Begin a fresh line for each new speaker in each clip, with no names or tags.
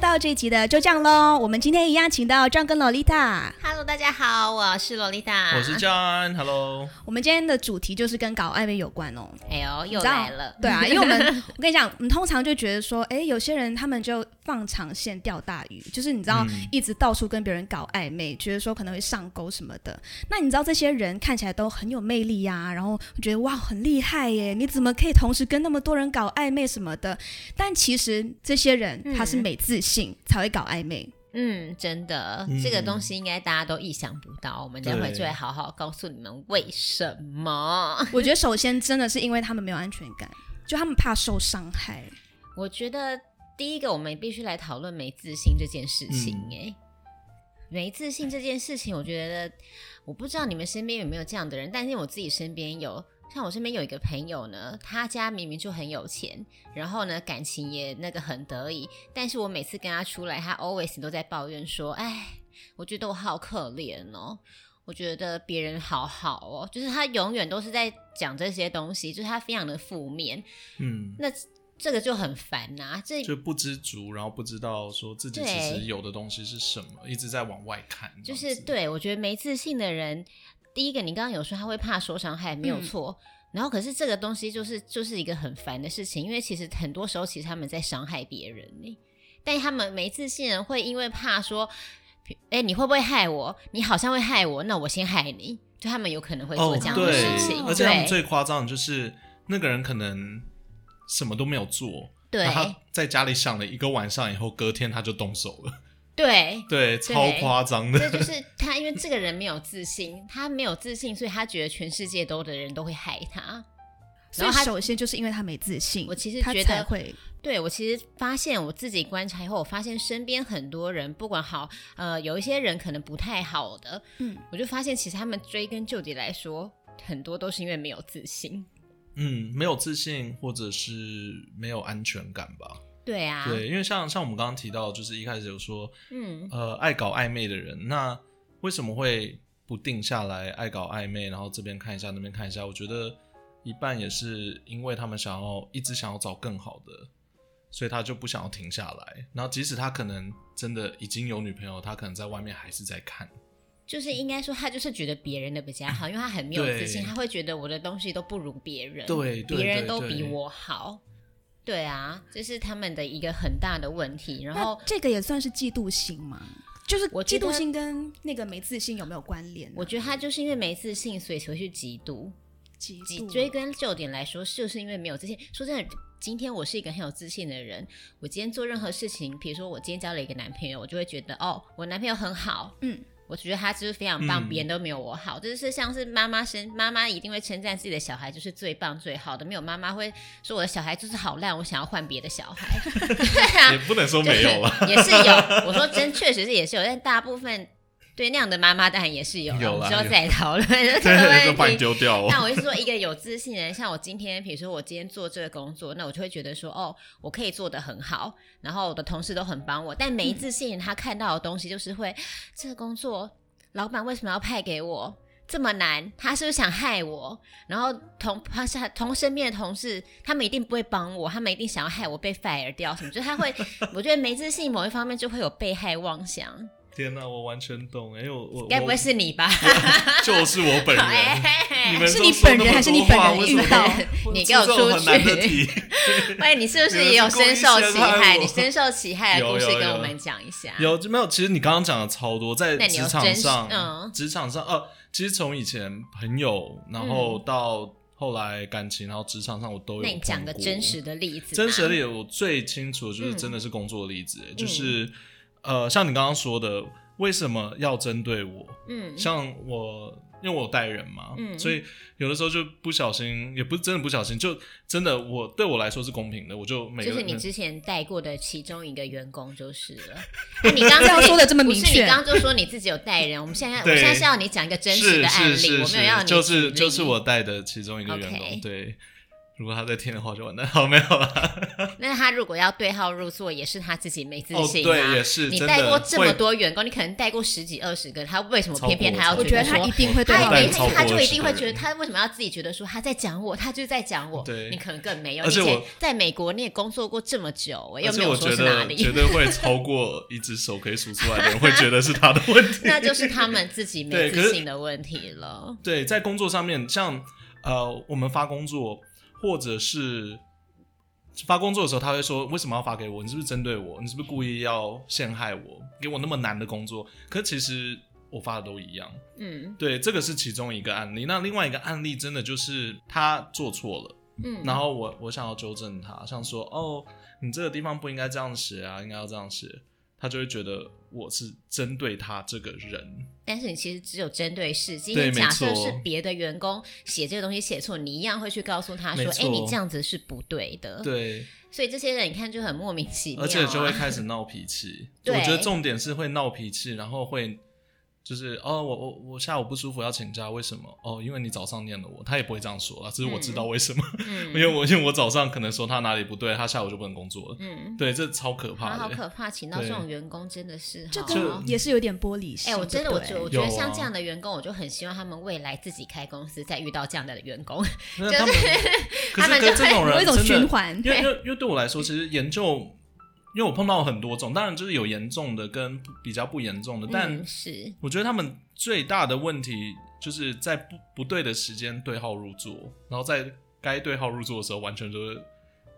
到这一集的就这样喽。我们今天一样请到张跟洛丽塔。
Hello，大家好，我是洛丽塔，
我是 John，Hello。
我们今天的主题就是跟搞暧昧有关哦。
哎呦，
你
又
知道
来了，
对 啊，因为我们我跟你讲，我们通常就觉得说，哎，有些人他们就放长线钓大鱼，就是你知道、
嗯
一直到处跟别人搞暧昧，觉得说可能会上钩什么的。那你知道这些人看起来都很有魅力呀、然后觉得哇很厉害耶，你怎么可以同时跟那么多人搞暧昧什么的？但其实这些人
嗯
他是没自信、才会搞暧昧。
嗯，真的，
嗯
这个东西应该大家都意想不到，我们待会就会好好告诉你们为什么。
我觉得首先真的是因为他们没有安全感，就他们怕受伤害。
我觉得第一个，我们必须来讨论没自信这件事情、哎、没自信这件事情，我觉得我不知道你们身边有没有这样的人，但是我自己身边有。像我身边有一个朋友呢，他家明明就很有钱，然后呢感情也那个很得意，但是我每次跟他出来，他 always 都在抱怨说：“哎，我觉得我好可怜哦，我觉得别人好好哦。”就是他永远都是在讲这些东西，就是他非常的负面。
嗯，
那这个就很烦呐、啊这
就不知足，然后不知道说自己其
对
实有的东西是什么，一直在往外看。
就
这样
是
子，
对我觉得没自信的人，第一个你刚刚有说他会怕受伤害，没有
嗯
错。然后可是这个东西就是就是一个很烦的事情，因为其实很多时候其实他们在伤害别人呢，但他们没自信的人会因为怕说，哎、你会不会害我？你好像会害我，那我先害你。就他们有可能会做
哦
这样的事情，
对，而且他们
对
最夸张的就是那个人可能什么都没有做，
对
然后他在家里想了一个晚上以后，隔天他就动手了，
对
对，超夸张的。
这就是他，因为这个人没有自信，他没有自信，所以他觉得全世界都的人都会害他。
所
然
以
后他
首先就是因为他没自信，
我其实
他
觉
才
得
会
对我其实发现我自己观察以后，我发现身边很多人，不管好，呃，有一些人可能不太好的，
嗯。
我就发现其实他们追根究底来说，很多都是因为没有自信。
嗯，没有自信或者是没有安全感吧？
对啊，
对，因为像像我们刚刚提到，就是一开始有说，
嗯，
呃，爱搞暧昧的人，那为什么会不定下来爱搞暧昧？然后这边看一下，那边看一下，我觉得一半也是因为他们想要一直想要找更好的，所以他就不想要停下来。然后即使他可能真的已经有女朋友，他可能在外面还是在看。
就是应该说他就是觉得别人的比较好，因为他很没有自信，
对
他会觉得我的东西都不如别人，
对对
别人
对
都
对
比我好。对啊，这是他们的一个很大的问题。然后
那这个也算是嫉妒心吗？就是
我
嫉
觉得
妒心跟那个没自信有没有关联啊、
我觉得他就是因为没自信，所以才会去嫉妒。
嫉
几
妒
追根究底来说，就是因为没有自信。说真的，今天我是一个很有自信的人，我今天做任何事情，比如说我今天交了一个男朋友，我就会觉得哦，我男朋友很好，
嗯，
我觉得他就是非常棒，
嗯
别人都没有我好。这就是像是妈妈生妈妈一定会称赞自己的小孩就是最棒最好的，没有妈妈会说我的小孩就是好烂，我想要换别的小孩。 对啊
也，不能说没 有了，
也是有。我说真，确实是也是有，但大部分对那样的妈妈当然也是有啦，
有啦
我们之后
有
再讨论这 个
对，就把
问
你
题。
丢掉
但
哦。
我是说，一个有自信的人，像我今天，比如说我今天做这个工作，那我就会觉得说，哦，我可以做得很好，然后我的同事都很帮我。但
嗯
没自信，他看到的东西就是会，这个工作老板为什么要派给我？这么难，他是不是想害我？然后同他是同身边的同事，他们一定不会帮我，他们一定想要害我被 fire 掉什么，就是他 会，我觉得没自信某一方面就会有被害妄想，
天哪、我完全懂。哎、我我
该不会
我
是你吧？
就是我本 人？
哎
你们
是
都
你
说
本
那
人
么
还是
多
你本
话
人
为什么
遇到
你
出
给我
这种
出
很难的
去
题
喂，哎你是不是也有深受其害？你深受其害的故事跟我们讲一下。
有就没有？其实你刚刚讲的超多，在
那你有
职场
真实
上
嗯，
职、场上呃，其实从以前朋友，然后到后来感情，然后职场上，我都有。
嗯那你讲个真实
的，
的例子。
真实的例子，我最清楚的就是真的是工作的例子，
嗯
就是呃，像你刚刚说的，为什么要针对我？
嗯
像我，因为我有带人嘛，
嗯
所以有的时候就不小心，也不是真的不小心，就真的我对我来说是公平的，我就每
就
个
是
人嗯
你之前带过的其中一个员工就是 了。那你刚
这样
刚
说得这么明确
不是你刚刚就说你自己有带人，我们现在我
对
现在是要你讲一个真实的案
是是
例，
是
我没有要
是
你
就
举例
是就是我带的其中一个员
OK
工，对。如果他在听的话，就完蛋。好，没有了。
那他如果要对号入座，也是他自己没自
哦，
信、啊
对，也是，
你
真
带
的
过这么
会
多员工，你可能带过十几二十个，他为什么偏偏他
超
要
过
我觉得
说
他一定会对
我
号
他
入
一
座
定
带超过
他就一
20
定
个
会觉得
人
他为什么要自己觉得说他在讲我，他就是在讲我。
对
你可能更没有。
而且
你以前
我
在美国你也工作过这么久，我又
而
没
且我
有说
觉
是哪
得绝
里，
对会超过一只手可以数出来的 人，会觉得是他的问题。
那就是他们自 己没
对可是
自信的问题了。
对，在工作上面，像呃，我们发工作或者是发工作的时候，他会说为什么要发给我？你是不是针对我？你是不是故意要陷害我？给我那么难的工作？可其实我发的都一样。
嗯
对，这个是其中一个案例。那另外一个案例，真的就是他做错了。
嗯，
然后我我想要纠正他，像说哦，你这个地方不应该这样写啊，应该要这样写，他就会觉得我是针对他这个人。
但是你其实只有针对事，今
对
天
没
假设
错
是别的员工写这个东西写错，你一样会去告诉他
没
说：“哎、
错
你这样子是不对的。”，
对，
所以这些人你看就很莫名其妙、啊，
而且就会开始闹 脾气。
对
我觉得重点是会闹脾气，然后会就是哦，我我我下午不舒服要请假，为什么？哦，因为你早上念了我，他也不会这样说啊，只是我知道为什么，
嗯
因为我因为我早上可能说他哪里不对，他下午就不能工作了。
嗯，
对，这超可
好
怕
好
的。
可怕，请到
对
这种员工真的是
就
好
跟也是有点玻璃心。
哎、我真的，
对
我
不
觉
对
得我觉得
有啊
像这样的员工，我就很希望他们未来自己开公司，再遇到这样的员工。
那
就是 他
他们，可是
们
跟
就
这种人
有一种
真的
循环哎
因为因为因为对我来说，其实研究，因为我碰到很多种，当然就是有严重的跟比较不严重的，但
嗯、是
我觉得他们最大的问题就是在不不对的时间对号入座，然后在该对号入座的时候，完全就是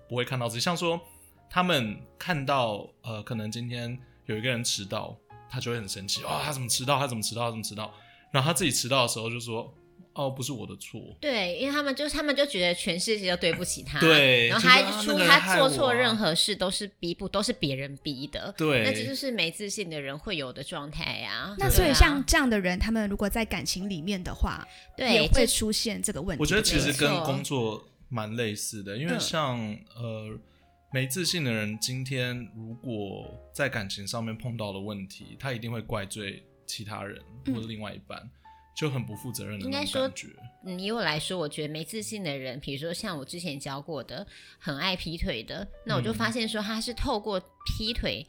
不会看到自己。像说他们看到呃，可能今天有一个人迟到，他就会很生气，哇、他怎么迟到？他怎么迟到？他怎么迟到？然后他自己迟到的时候就说，哦，不是我的错。
对，因为他们就他们就觉得全世界都对不起他，
对
然后
就
他
是啊
一出
那个人
他
害
做
我
错
啊
任何事都是逼不都是别人逼的。
对，
那这就是没自信的人会有的状态呀。
那
对
所以
啊
像这样的人，他们如果在感情里面的话，也
对
会
这
出现这个问题。
我觉得其实
对不对
跟工作蛮类似的，因为
嗯
像呃没自信的人，今天如果在感情上面碰到了问题，他一定会怪罪其他人
嗯
或者另外一半，就很不负责任的
应
那
该
种
说
感觉。
嗯以我来说，我觉得没自信的人，比如说像我之前教过的很爱劈腿的，那我就
嗯
发现说他是透过劈腿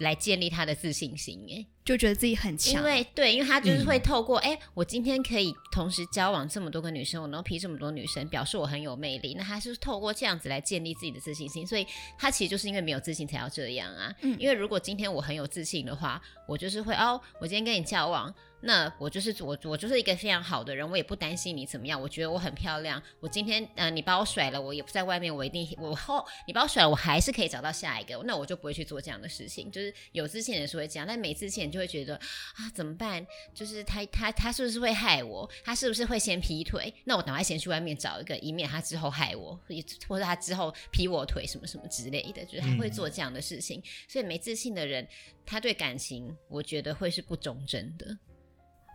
来建立他的自信心。哎，
就觉得自己很强
因，为对，因为他就是
嗯
会透过，哎、我今天可以同时交往这么多个女生，我能劈这么多女生，表示我很有魅力。那他是透过这样子来建立自己的自信心，所以他其实就是因为没有自信才要这样啊。
嗯
因为如果今天我很有自信的话，我就是会哦，我今天跟你交往。那我就是我，我就是一个非常好的人，我也不担心你怎么样。我觉得我很漂亮。我今天呃，你把我甩了，我也不在外面，我一定我后你把我甩了，我还是可以找到下一个。那我就不会去做这样的事情。就是有自信的人是会这样，但没自信的人就会觉得啊，怎么办？就是他他他是不是会害我？他是不是会先劈腿？那我赶快先去外面找一个，以免他之后害我，或或者他之后劈我腿什么什么之类的，就是他会
嗯
做这样的事情。所以没自信的人，他对感情，我觉得会是不忠贞的。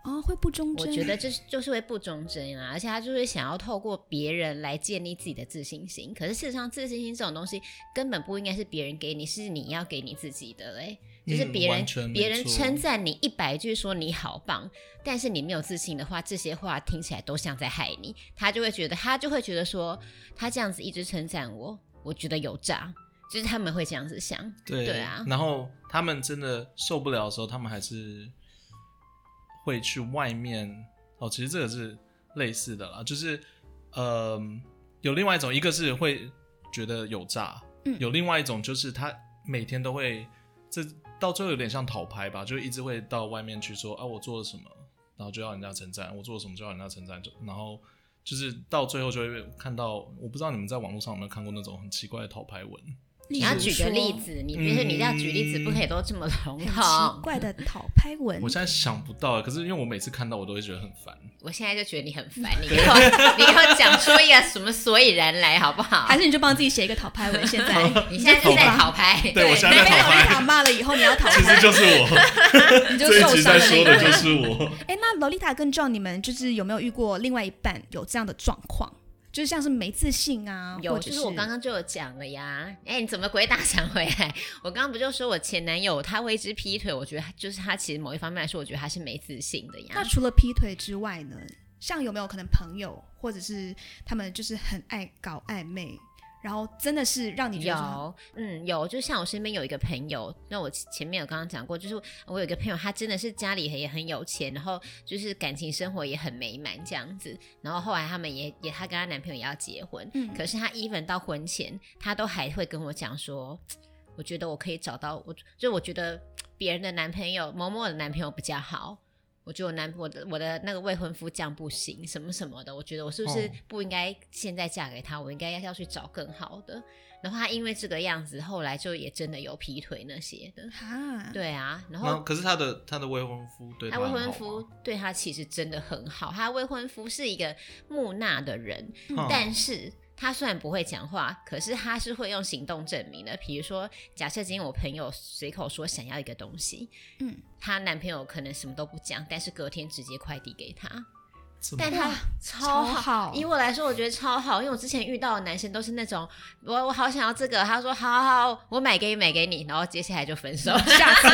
哦，会不忠贞。
我觉得就是就是会不忠贞啊，而且他就是想要透过别人来建立自己的自信心。可是事实上，自信心这种东西根本不应该是别人给你，是你要给你自己的嘞、就是
嗯
别人
完、全没
别人
错
称赞你一百句说你好棒，但是你没有自信的话，这些话听起来都像在害你。他就会觉得，他就会觉得说，他这样子一直称赞我，我觉得有诈，就是他们会这样子想。
对
对啊
然后他们真的受不了的时候，他们还是会去外面。哦，其实这个是类似的啦，就是呃，有另外一种，一个是会觉得有诈，
嗯
有另外一种就是他每天都会，这到最后有点像讨拍吧，就一直会到外面去说啊，我做了什么，然后就要人家称赞，我做了什么就要人家称赞，就然后。就是到最后就会看到，我不知道你们在网络上有没有看过那种很奇怪的讨拍文，
例
你
如
要举个
说
例，子，你比如说你要举例子，不可
嗯
以都这么笼
很
统
奇。怪的讨拍文
我，现在想不到，可是因为我每次看到我都会觉得很烦。
我现在就觉得你很烦，你给 我，你给我讲出一个什么所以然来，好不好？
还是你就帮自己写一个讨拍 文？现在
你现在是在讨牌？
对我现在
没
在
有
讨拍
被打骂了以后，你要讨
其实
拍，
就是我，
你就
这一
受
集
伤
在
了
说
因
的就
为。
是我。
哎，那洛丽塔跟 John，你们就是有没有遇过另外一半有这样的状况？就是像是没自信啊，
有，
或者
就是我刚刚就有讲了呀。哎、你怎么鬼打墙回来？ 我刚刚不就说我前男友他会一直劈腿，我觉得他就是他其实某一方面来说，我觉得他是没自信的呀
那。除了劈腿之外呢？像有没有可能朋友或者是他们就是很爱搞暧昧，然后真的是让你觉得说
有，嗯，有，就像我身边有一个朋友，那我前前面有刚刚讲过，就是我有一个朋友，他真的是家里也很有钱，然后就是感情生活也很美满这样子，然后后来他们也也她跟她男朋友也要结婚，
嗯
可是她 even 到婚前，她都还会跟我讲说，我觉得我可以找到我，就我觉得别人的男朋友某某的男朋友比较好。我觉得我男我的我的那个未婚夫这样不行，什么什么的，我觉得我是不是
哦
不应该现在嫁给他？我应该要去找更好的。然后她因为这个样子，后来就也真的有劈腿那些的。
哈，
对啊，然
那
后
可是他的他的未婚夫对
她
很
未
好啊
婚
吗
夫对她其实真的很好，她未婚夫是一个木讷的人，
嗯
但是他虽然不会讲话，可是他是会用行动证明的。比如说，假设今天我朋友随口说想要一个东西，
嗯，
她男朋友可能什么都不讲，但是隔天直接快递给她，
这么
但她
哇
超
超
好。
好
以我来说，我觉得超好，因为我之前遇到的男生都是那种，我我好想要这个，他说好好好，我买给你买给你，然后接下来就分 手，
下次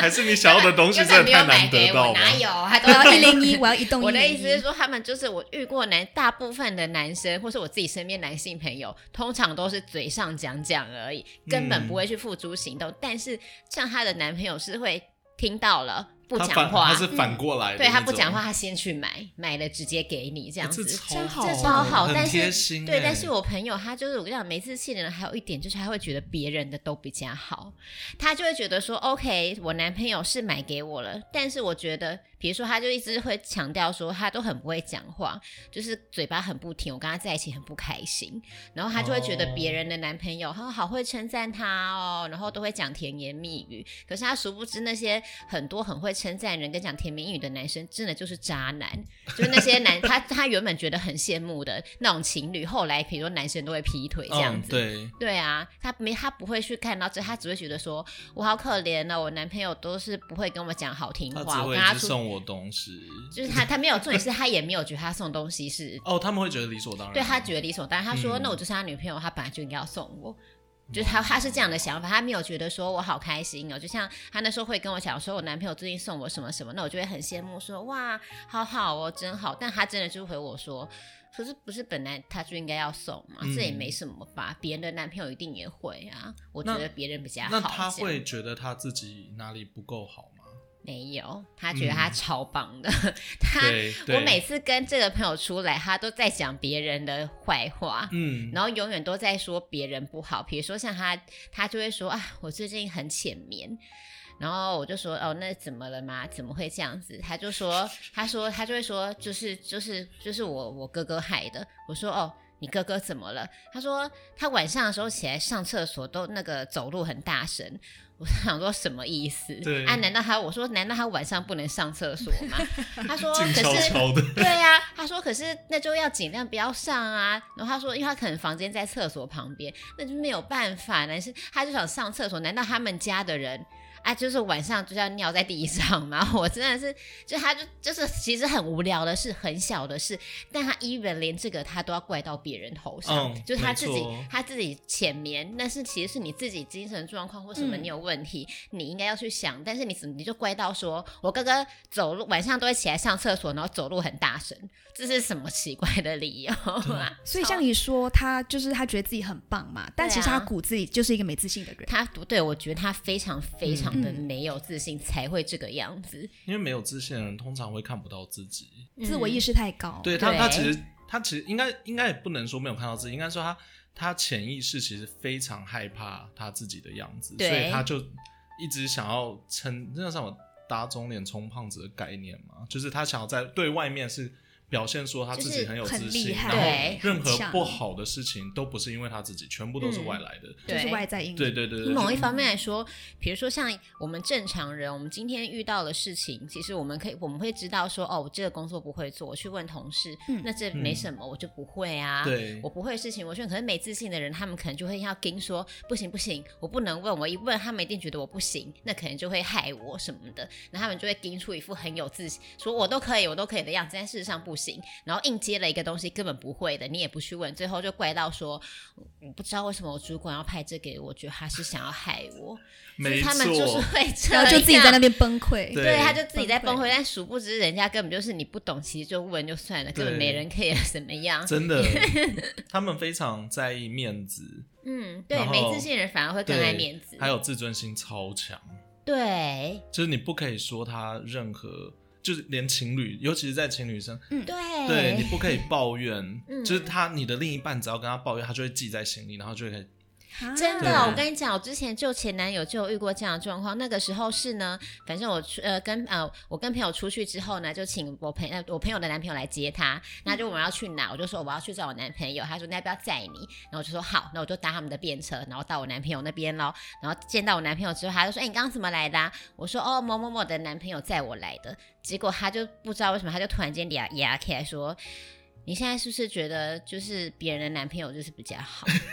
还是你想要的东西
根
真的
本没 有
太
买
难
给
得
我，
到吗？
哪有？他
我
都要
要一
一
零一，我要移动101。
我的意思是说，他们就是我遇过男大部分的男生，或是我自己身边男性朋友，通常都是嘴上讲讲而已，根本
嗯
不会去付诸行动。但是像她的男朋友是会听到了不
他
讲
反
话
他，是反过来的那
对
种，
他不讲话，他先去买，买了直接给你这
哎，
样子。
这
真好
好，
这
超好
很
但是
贴心
对，
哎
但是我朋友他就是我跟你讲，没自信的人还有一点就是他会觉得别人的都比较好，他就会觉得说，OK，我男朋友是买给我了，但是我觉得，比如说他就一直会强调说他都很不会讲话，就是嘴巴很不停，我跟他在一起很不开心，然后他就会觉得
哦
别人的男朋友他好会称赞他哦，然后都会讲甜言蜜语，可是他殊不知那些很多很会称赞人跟讲甜言蜜语的男生，真的就是渣男，就是那些男他他原本觉得很羡慕的那种情侣，后来比如说男生都会劈腿这样
嗯
子，
对，
对啊，他没他不会去看到这，他只会觉得说我好可怜哦，我男朋友都是不会跟我讲好听
他
话，
只
我
会
跟他
一直
出
送我东西，
就是他他没有重点是他也没有觉得他送东西是。
哦，他们会觉得理所当然，
对他觉得理所当然，他说：“
嗯
那我就是他女朋友，他本来就应该要送我。”就是他他是这样的想法，他没有觉得说我好开心哦，就像他那时候会跟我讲说，我男朋友最近送我什么什么，那我就会很羡慕说哇，好好哦，真好。但他真的就回我说，可是不是本来他就应该要送嘛，
嗯
这也没什么吧，别人的男朋友一定也会啊，我
那
觉得别人比较好。
那他
这样
会觉得他自己哪里不够好吗？
没有？他觉得他
嗯
超棒的， 他
对，对
我每次跟这个朋友出来，他都在讲别人的坏话，
嗯，
然后永远都在说别人不好，比如说像他，他就会说啊，我最近很浅眠。然后我就说哦，那怎么了嘛？怎么会这样子？他就说，他说他就会说，就是就是就是我我哥哥害的。我说哦，你哥哥怎么了？他说他晚上的时候起来上厕所都那个走路很大声。我想说什么意思？
对
啊，难道他我说难道他晚上不能上厕所吗？他说可
静
是
悄悄 的，
对呀、他说可是那就要尽量不要上啊。然后他说，因为他可能房间在厕所旁边，那就没有办法。男生他就想上厕所，难道他们家的人啊，就是晚上就是要尿在地上吗？我真的是，就他就就是其实很无聊的事，很小的事，但他 even 连这个他都要怪到别人头上，
嗯
就是他自
没
己
错
他自己浅眠，那是其实是你自己精神状况或什么
嗯
你有问题，你应该要去想，但是你怎么你就怪到说我哥哥走路晚上都会起来上厕所，然后走路很大声，这是什么奇怪的理由啊？
所以像你说，他就是他觉得自己很棒嘛，但其实
对啊
他骨子里就是一个没自信的人。
他不对，我觉得他非常非常的
嗯
没有自信，才会这个样子。
因为没有自信的人通常会看不到自己，
自我意识太高，
对他，他
嗯对
其实他其实应该应该也不能说没有看到自己，应该说他他潜意识其实非常害怕他自己的样子，所
对
以他就一直想要撑，那叫什么打肿脸充胖子的概念嘛，就是他想要在对外面是表现说他自己有
就是
自
很厉
信，
害
然后
对
任何
很强
不好的事情都不是因为他自己，全部都是外来的。
对
就是外嗯在因素。
对对对
以
对，
某一方面来说，比如说像我们正常人，我们今天遇到的事情，其实我们可以我们会知道说，哦，我这个工作不会做，我去问同事，
嗯
那这没什么，我就不会啊。
对
我不会的事情，我觉得可能没自信的人，他们可能就会要跟说不行不行，我不能问，我一问他们一定觉得我不行，那可能就会害我什么的，那他们就会盯出一副很有自信，说我都可以，我都可以的样子，但事实上不行，然后硬接了一个东西根本不会的，你也不去问，最后就怪到说，我不知道为什么我主管要派这给我，觉得他是想要害我，所
没
以
错
他们就是 会这
然
样，
后就自己在那边崩溃。
对
对，他就自己在崩
崩
溃
溃，
但殊不知人家根本就是你不懂，其实就问就算了，根本
对
没人 care 怎么样。
真的，他们非常在意面子，
嗯，对，
然后
没自信的人反而会更
对
爱面子。
还有自尊心超强，
对
就是你不可以说他任何，就是连情侣，尤其是在情侣上，
对
对你不可以抱怨，
嗯
就是他你的另一半只要跟他抱怨，他就会记在心里，然后就会开始
啊
真的，
对
我跟你讲，我之前就前男友就有遇过这样的状况。那个时候是呢，反正我出呃跟呃我跟朋友出去之后呢，就请我朋呃我朋友的男朋友来接他。那就我们要去哪，我就说我要去找我男朋友。他说那要不要载你？然后我就说好，那我就搭他们的便车，然后到我男朋友那边咯。然后见到我男朋友之后，他就说：“哎、你刚刚怎么来的、啊？”我说：“哦，某某某的男朋友载我来的。”结果他就不知道为什么，他就突然间牙牙起来说：“你现在是不是觉得就是别人的男朋友就是比较好？”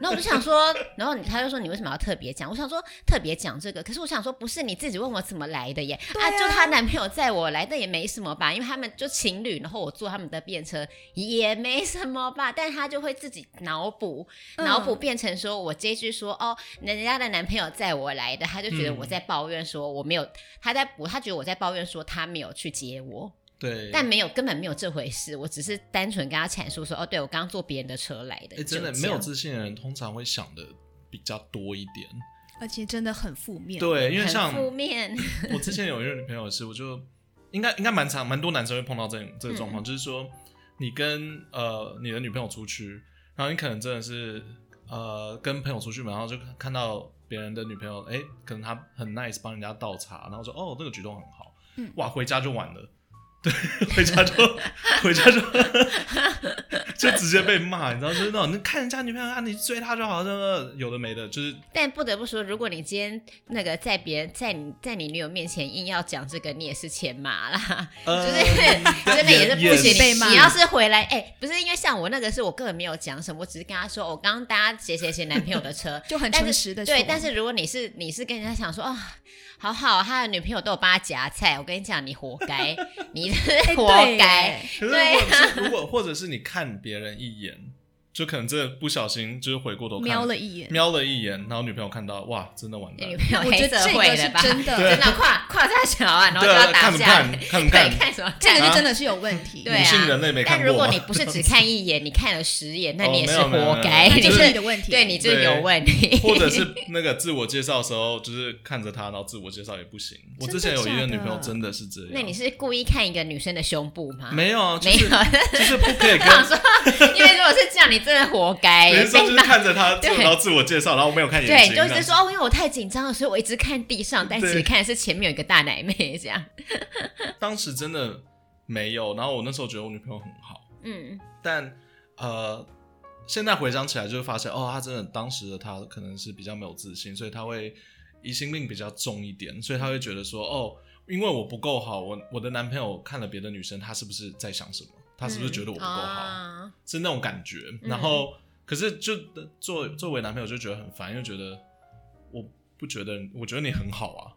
然后我就想说，然后你他就说你为什么要特别讲？我想说特别讲这个，可是我想说不是你自己问我怎么来的耶，
对啊
就她男朋友载我来，但也没什么吧，因为他们就情侣，然后我坐他们的便车也没什么吧，但他就会自己脑补，
嗯
脑补变成说我这一句说哦，人家的男朋友载我来的，他就觉得
嗯
我在抱怨说我没有，他在我他觉得我在抱怨说他没有去接我，
对，
但没有根本没有这回事，我只是单纯跟他阐述说哦，对我刚刚坐别人的车来的，
哎，真的
就这
没有
样
自信的人通常会想的比较多一点，
而且真的很负面。
对，因为
很
像
负面，
我之前有一个女朋友是，我就应该应该蛮常蛮多男生会碰到这种这个状况，
嗯
就是说你跟呃你的女朋友出去，然后你可能真的是呃跟朋友出去嘛，然后就看到别人的女朋友，哎、可能她很 nice 帮人家倒茶，然后说哦这个举动很好，
嗯
哇回家就晚了。 对，回家就回家 就就直接被骂，你知道，就是那种你看人家女朋友啊，你追她就好，这个有的没的，就是
但不得不说，如果你今天那个在别人在你在你女友面前硬要讲这个，你也是欠骂 啦，
呃，
就是 真的也是不
也
行。
是被骂，
你要是回来，哎、不是因为像我那个是我根本没有讲什么，我只是跟他说我刚刚搭谁谁谁男朋友的车
就很
但
诚
是
实的说。
对，但是如果你是你是跟人家想说哦，好好，他的女朋友都有帮他夹菜，我跟你讲，你活 该，你是
哎
活
对
该。
耶
可是
对
或者是如果或者是你看别人一眼，就可能真的不小心就是回过头看
瞄了一眼，
瞄了一眼，然后女朋友看到哇，真的完
你
蛋
女，朋友
我觉
黑
得
社
这
会
个
的
是
吧？
真的，
对
真的跨跨大桥啊，然后就
对啊
要打
看不
架，
看看不看
对，看什么
这个
看？
就
啊
真的是有问题。
对啊
女性人类没看
但
过吗。
如果你不是只看一眼，你看了十眼，那你也是
哦没有没有
活该，
没有
那
你
就是你的
是
问题。
对你就是有问题。
或者是那个自我介绍的时候，就是看着她，然后自我介绍也不行。我之前有一个女朋友真的是这样，
那你是故意看一个女生的胸部吗？
没有啊，就
没
是
有，
就是不可以 跟，
想说，因为如果是这样，你真的活该
有
被
人说就是
骂。
看着她，
对
然后自我介绍，然后我没有看眼
对，
睛，
你就
这
是
样
说哦，因为我太紧张了，所以我一直看地上，但其实
对
看的是前面有一个大奶妹这样。
当时真的没有。然后我那时候觉得我女朋友很好，
嗯，
但呃，现在回想起来，就会发现哦，他真的当时的他可能是比较没有自信，所以他会疑心病比较重一点，所以他会觉得说哦，因为我不够好，我我的男朋友看了别的女生，他是不是在想什么？ 他是不是觉得我不够好？
嗯啊嗯
是那种感觉。然后，可是就作作为男朋友就觉得很烦，因为觉得我不觉得，我觉得你很好啊。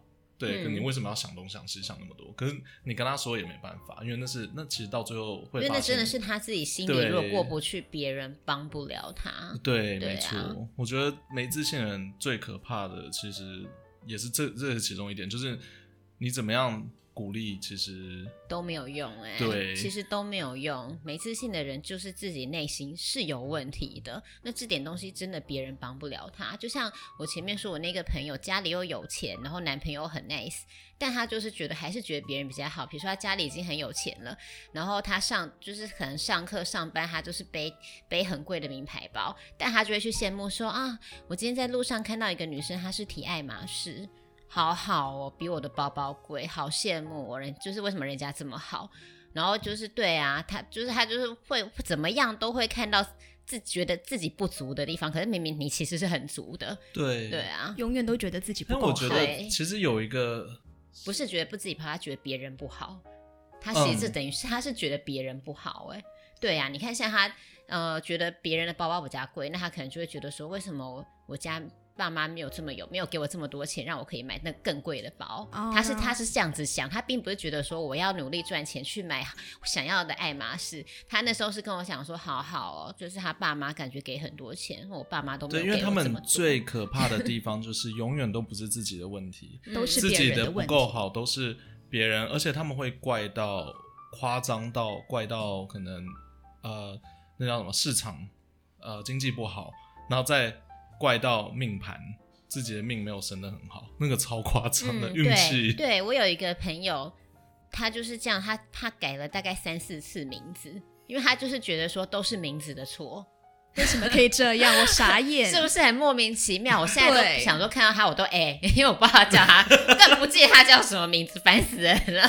嗯
对，可你为什么要想东想西想那么多？可是你跟他说也没办法，因为那是那其实到最后会
因为
发
那真的
现
是他自己心里，
对
如果过不去，别人帮不了他。
对，
对
没错。
啊
我觉得没自信的人最可怕的，其实也是这这是其中一点，就是你怎么样鼓励，其实
都没有用哎、
对
其实都没有用。没自信的人就是自己内心是有问题的，那这点东西真的别人帮不了他。就像我前面说，我那个朋友家里又有钱，然后男朋友很 nice，但他就是觉得还是觉得别人比较好。比如说他家里已经很有钱了，然后他上就是可能上课上班，他就是背背很贵的名牌包，但他就会去羡慕说啊，我今天在路上看到一个女生，她是提爱马仕，好好哦，比我的包包贵，好羡慕我人，就是为什么人家这么好，然后就是对啊，他就是他就是会怎么样都会看到自觉得自己不足的地方，可是明明你其实是很足的，
对
对。啊，
永远都觉得自己不
但
够好。
我觉
对
得其实有一个
不是觉得不自己不好，他觉得别人不好，他其实
嗯
这等于是他是觉得别人不好哎、对啊，你看像他呃觉得别人的包包比较贵，那他可能就会觉得说为什么我我家爸妈没有这么有，没有给我这么多钱，让我可以买那更贵的包。
哦
他是他是这样子想，他并不是觉得说我要努力赚钱去买想要的爱马仕。他那时候是跟我讲说，好好哦，就是他爸妈感觉给很多钱，我爸妈都没
对，
有
因为
给
他
我这么
们
多。
最可怕的地方就是永远都不是自己的问题，
都是
自
别
己
人的
不
问题
够好都是别人，而且他们会怪到夸张到怪到可能呃那叫什么市场呃经济不好，然后再怪到命盘自己的命没有生的很好，那个超夸张的
嗯，
运
对，
气。
对我有一个朋友，他就是这样，他他改了大概三四次名字，因为他就是觉得说都是名字的错，
为什么可以这样？我傻眼，
是不是很莫名其妙？我现在
对
都想说看到他我都哎、 因为我不知道叫他，我根本不记得他叫什么名字，烦死人了，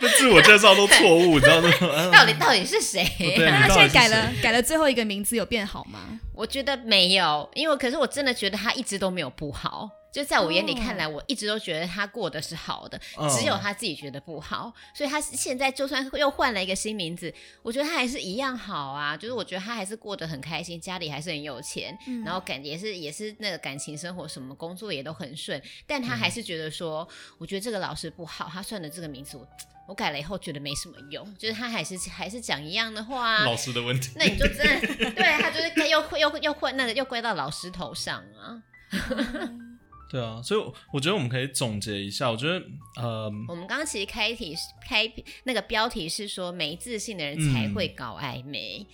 那 自我介绍都错误，你知道吗？嗯
到底到底是
不
谁？
对，
那他
你到
现在
底是
改
谁
了，改了最后一个名字有变好吗？
我觉得没有，因为可是我真的觉得他一直都没有不好。就在我眼里看来，我一直都觉得他过得是好的，
嗯
只有他自己觉得不好，所以他现在就算又换了一个新名字，我觉得他还是一样好啊。就是我觉得他还是过得很开心，家里还是很有钱，
嗯
然后感也是也是那个感情生活什么工作也都很顺，但他还是觉得说，我觉得这个老师不好，他算的这个名字我我改了以后觉得没什么用，就是他还是还是讲一样的话、啊，
老师的问题？
那你就真的 对他就是该又又又怪那个又怪到老师头上啊。
对啊，所以我我觉得我们可以总结一下，我觉得呃，
我们刚刚其实开题是开那个标题是说没自信的人才会搞暧昧，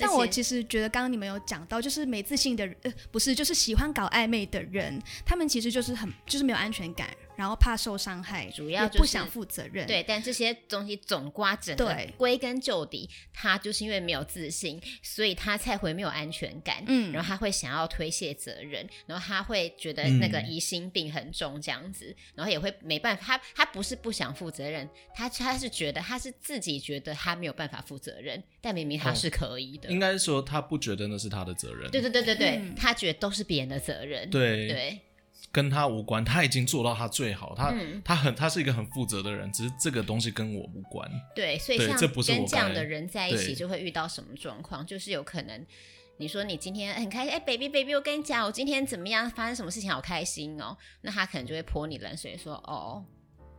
那
但我其
其
实觉得，刚刚你们有讲到，就是没自信的人，呃，不是，就是喜欢搞暧昧的人，他们其实就是很，就是没有安全感，然后怕受伤害，
主要
也
就
不
是
想负责任。
对，但这些东西总瓜整个
对
归根究底，他就是因为没有自信，所以他才会没有安全感。
嗯
然后他会想要推卸责任，然后他会觉得
嗯
那个疑心病很重这样子，然后也会没办法，他他不是不想负责任，他他是觉得他是自己觉得他没有办法负责任，但明明他
哦
是可以的。
应该说他不觉得那是他的责任，
对对对对对，
嗯
他觉得都是别人的责任。
对
对，
跟他无关，他已经做到他最好，他、
嗯
他很他是一个很负责的人，只是这个东西跟我无关。
对，所以
对
像
这不是
跟
我
这样
该
的人在一
对
起，就会遇到什么状况？就是有可能，你说你今天很开心，哎、b a b y baby，我跟你讲，我今天怎么样，发生什么事情，好开心哦。那他可能就会泼你冷水，说哦，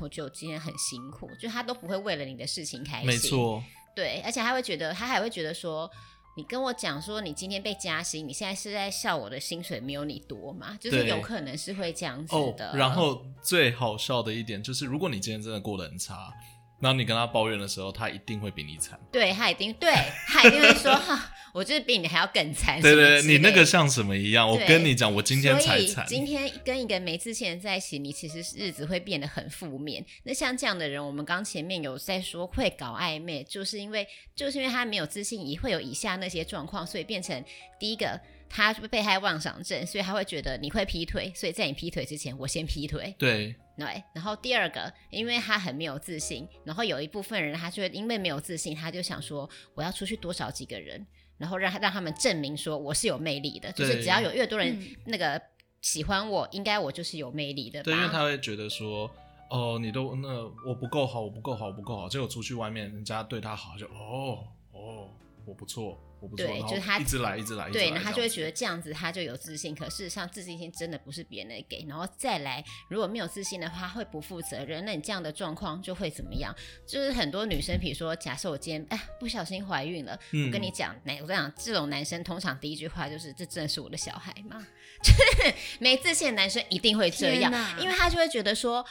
我觉得我今天很辛苦，就他都不会为了你的事情开心。
没，错，
对，而且他会觉得，他还会觉得说。你跟我讲说你今天被加薪，你现在是在笑我的薪水没有你多嘛？就是
对
有可能是会这样子
哦
的。。
然后最好笑的一点就是，如果你今天真的过得很差，然后你跟他抱怨的时候，他一定会比你惨。
对他一定对他一定会 说哈，我就是比你还要更惨。
对
什么
对，
之
对你那个
类
像什么一样？我
对
跟你讲，我今天
所
才
以
惨。
今天跟一个没自信的人在一起，你其实日子会变得很负面。那像这样的人，我们刚前面有在说会搞暧昧，就是因为就是因为他没有自信，也会有以下那些状况，所以变成第一个。他被害妄想症，所以他会觉得你会劈腿，所以在你劈腿之前，我先劈腿。
对，
对，然后第二个，因为他很没有自信，然后有一部分人他就会因为没有自信，他就想说我要出去多少几个人，然后让他让他们证明说我是有魅力的，就是
对
只要有越多人
嗯
那个喜欢我，应该我就是有魅力的吧。
对，因为他会觉得说，哦，你都那我不够好，我不够好，我不够好，结果出去外面人家对他好，就哦哦，我不错，我不错，
对
然后
就是他
一直来，一直来，一直
对，
来
然后他
这
就会
样子
觉得这样子他就有自信，可事实上自信心真的不是别人给，然后再来如果没有自信的话，会不负责任。那你这样的状况就会怎么样？就是很多女生，比如说假设我今天哎不小心怀孕了，
嗯
我跟你讲，男我跟你讲，这种男生通常第一句话就是这真的是我的小孩吗？ 就是没自信的男生一定会这
天
样
哪，
因为他就会觉得说，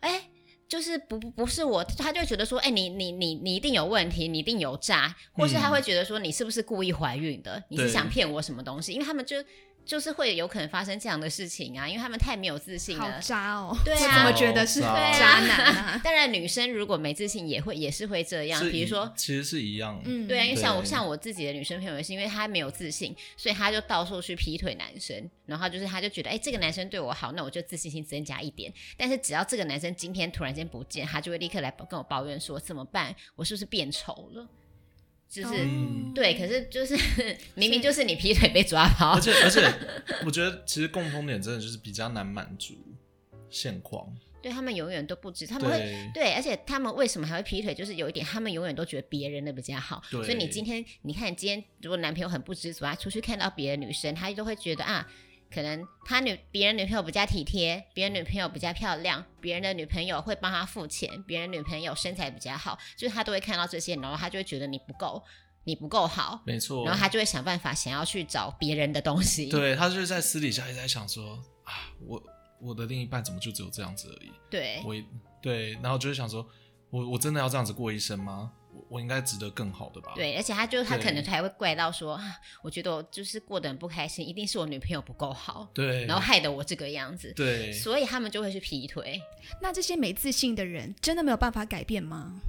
哎、就是不不不是我，他就会觉得说，哎、你你你你一定有问题，你一定有诈，或是他
嗯
会觉得说你是不是故意怀孕的，你是
对
想骗我什么东西？因为他们就就是会有可能发生这样的事情啊，因为他们太没有自信
好
了。
渣哦！
对啊
我怎么觉得是
好
对啊
渣男啊？
当然，女生如果没自信也会也是会这样，
是
比
一
如说。
其实是一样，
嗯，
对啊，因为像我
对
像我自己的女生朋友也是，因为她没有自信，所以她就到处去劈腿男生，然后她就是她就觉得，哎、这个男生对我好，那我就自信心增加一点。但是只要这个男生今天突然间不见，她就会立刻来跟我抱怨说怎么办，我是不是变丑了？就是、
哦
嗯
对，可是就是 明明就是你劈腿被抓包
而，且而且，我觉得其实共通点真的就是比较难满足现况，
对他们永远都不知，他们会
对
对，而且他们为什么还会劈腿？就是有一点，他们永远都觉得别人的比较好。
对
所以你今天，你看今天，如果男朋友很不知足，他出去看到别的女生，他都会觉得啊，可能他女别人女朋友比较体贴，别人女朋友比较漂亮，别人的女朋友会帮他付钱，别人女朋友身材比较好，就是他都会看到这些，然后他就会觉得你不够，你不够好，
没错。
然后他就会想办法想要去找别人的东西。
对他就是在私底下一直在想说啊，我我的另一半怎么就只有这样子而已？
对
我也对，然后就是想说，我我真的要这样子过一生吗？我我应该值得更好的吧？
对，而且他就他
对
可能还会怪到说啊，我觉得我就是过得很不开心，一定是我女朋友不够好，
对，
然后害得我这个样子，
对，
所以他们就会去劈腿。
那这些没自信的人真的没有办法改变吗？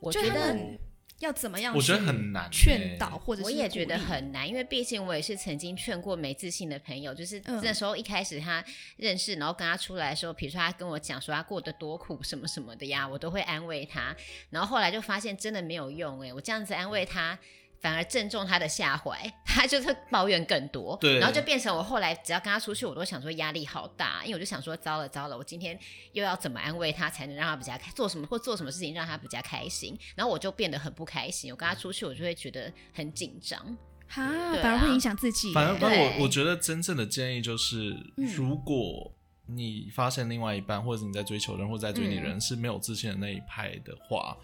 我
就
觉
他
得
们要怎么样？
我觉得很难欸
劝导或者是
我也觉得
鼓励
很难，因为毕竟我也是曾经劝过没自信的朋友，就是
嗯
那时候一开始他认识，然后跟他出来的时候，比如说他跟我讲说他过得多苦什么什么的呀，我都会安慰他，然后后来就发现真的没有用哎、我这样子安
嗯
慰他。反而正中他的下怀， 他就是抱怨更多，
对
然后就变成我后来只要跟他出去，我都想说压力好大，因为我就想说糟了糟了，我今天又要怎么安慰他才能让他比较开，做什么或做什么事情让他比较开心，然后我就变得很不开心，我跟他出去我就会觉得很紧张，
哈
对，啊
反而会影响自己耶。
反正反正
对
我我觉得真正的建议就是，
嗯
如果你发现另外一半，或者是你在追求人，或者在追你的
嗯
人、是没有自信的那一派的话，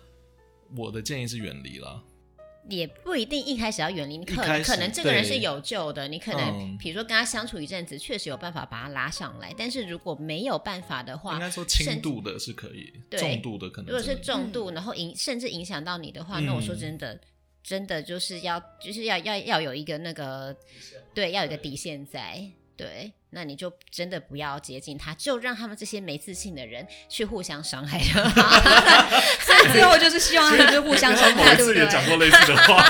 我的建议是远离了。
也不一定一开始要远离，你可
一开
能
始
可能这个人
对
是有救的，你可能
嗯
比如说跟他相处一阵子，确实有办法把他拉上来，但是如果没有办法的
应
话。
该说轻度的是可以，
对
重度的可能
如果是
真的
重度，然后影甚至影响到你的话，
嗯
那我说真的，真的就是要就是要要要有一个那个，对，要有一个底线在。对，那你就真的不要接近他，就让他们这些没自信的人去互相伤害就 好。
所以最后就是希望他们就互相伤害，对不对？
过类似的 话，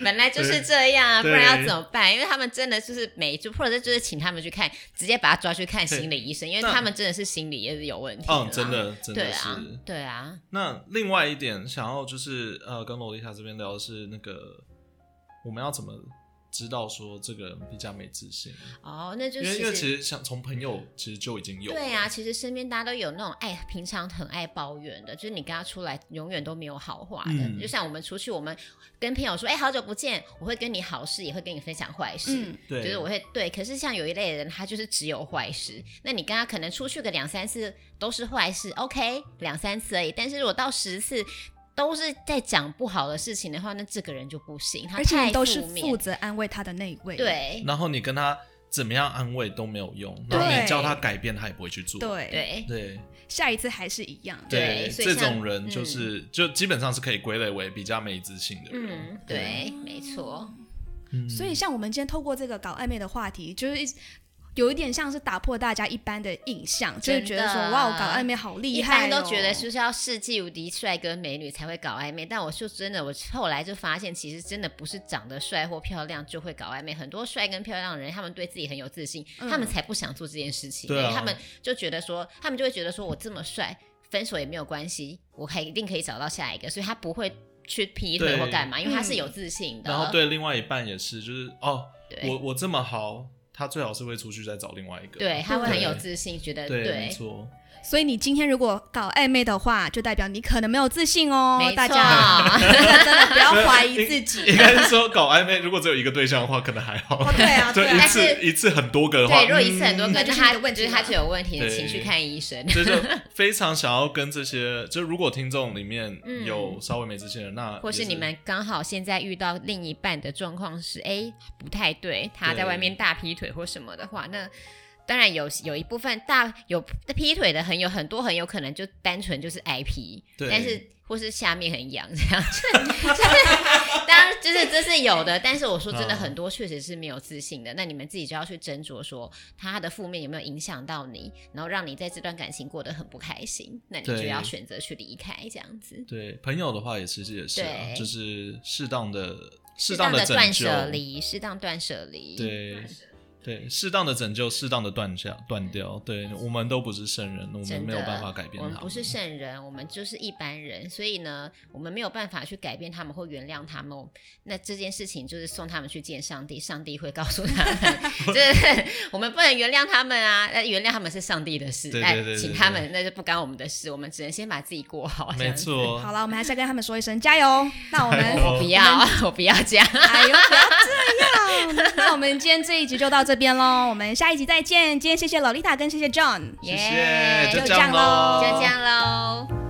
本来就是这样啊，不
对
然要怎么办？因为他们真的就是没，就或者是就是请他们去看，直接把他抓去看心理医生，因为
那
他们真的是心理也是有问题。
嗯，真，的真
对
的
啊
是。，
对啊，
那另外一点，想要就是呃，跟罗丽塔这边聊的是那个，我们要怎么知道说这个人比较没自信？
哦，那就
因为因为
是
其实像从朋友其实就已经有了
对啊，，其实身边大家都有那种哎，平常很爱抱怨的，就是你跟他出来永远都没有好话的。
嗯
就像我们出去，我们跟朋友说哎好久不见，我会跟你好事，也会跟你分享坏事。
嗯，
对，
就是我会对，可是像有一类人，他就是只有坏事。那你跟他可能出去个两三次都是坏事，OK，两三次而已。但是如果到十次都是在讲不好的事情的话，那这个人就不行，他
而且
太
你都是
负面
负责安慰他的那一位，
对
然后你跟他怎么样安慰都没有用，
对
然后你叫他改变，他也不会去做。
对，
对
对
下一次还是一样。
对所以
这
像
种人就是、就基本上是可以归类为比较没自信的人。
嗯，对，没错，
嗯
所以，像我们今天透过这个搞暧昧的话题，就是一直有一点像是打破大家一般的印象，就是觉得说
真的
哇，我搞暧昧好厉
一
害、
般
哦，
都觉得就是要世纪无敌帅哥美女才会搞暧昧，但我就真的我后来就发现，其实真的不是长得帅或漂亮就会搞暧昧。很多帅跟漂亮的人，他们对自己很有自信，
嗯
他们才不想做这件事情，
对啊
因为他们就觉得说，他们就会觉得说我这么帅，分手也没有关系，我还一定可以找到下一个，所以他不会去劈腿
对
或干嘛，因为他是
嗯
有自信的。哦
然后对另外一半也是，就是哦，
对
我我这么好，他最好是会出去再找另外一个。
对，他会很有
对
自信，觉得
对，没错。
所以你今天如果搞暧昧的话，就代表你可能没有自信哦
没，
大家
错。
真的真的不要怀疑自己。
应该是说搞暧昧，如果只有一个对象的话，可能还好。
哦，对啊，
就
对
一
啊
但，
次
是
一次很多个的话，
对，如果一次很多
嗯
个，
那就是
他
你的问题
就是他
了
就有问题，
对
请去看医生。
所以就非常想要跟这些，就如果听众里面
嗯
有稍微没自信的人，那
或
也
是你们刚好现在遇到另一半的状况是，哎，不太对，他在外面大劈腿或什么的话，那当然有有一部分大有劈腿的很有很多很有可能就单纯就是挨劈，
对
但是或是下面很痒这样， 就是当然就是这是有的，但是我说真的
嗯
很多确实是没有自信的，那你们自己就要去斟酌说他的负面有没有影响到你，然后让你在这段感情过得很不开心，那你就
对
要选择去离开这样子。
对朋友的话也是也是啊，
对
就是适当的
适
适
当
当
的
拯
断
救，
舍离，适当断舍离。
对对，适当的拯救，适当的断下断掉。对我们都不是圣人，我们
真的
没有办法改变
我
他
们不是圣人，我们就是一般人，所以呢，我们没有办法去改变他们或原谅他们。那这件事情就是送他们去见上帝，上帝会告诉他 们，就是 我们不能原谅他们啊，那原谅他们是上帝的事，
对对对
哎
对
请
对
他们那就不干我们的事，我们只能先把自己过好。这
没
样子，
错，
好了，我 们还是要跟他们说一声加油。那我们，
加油
不要，我不要这样。
哎呦，不要这那我们今天这一集就到这边喽，我们下一集再见。今天谢谢洛丽塔跟谢谢 John。
谢
耶
谢，就
就
这
这样
样喽，
就这样喽。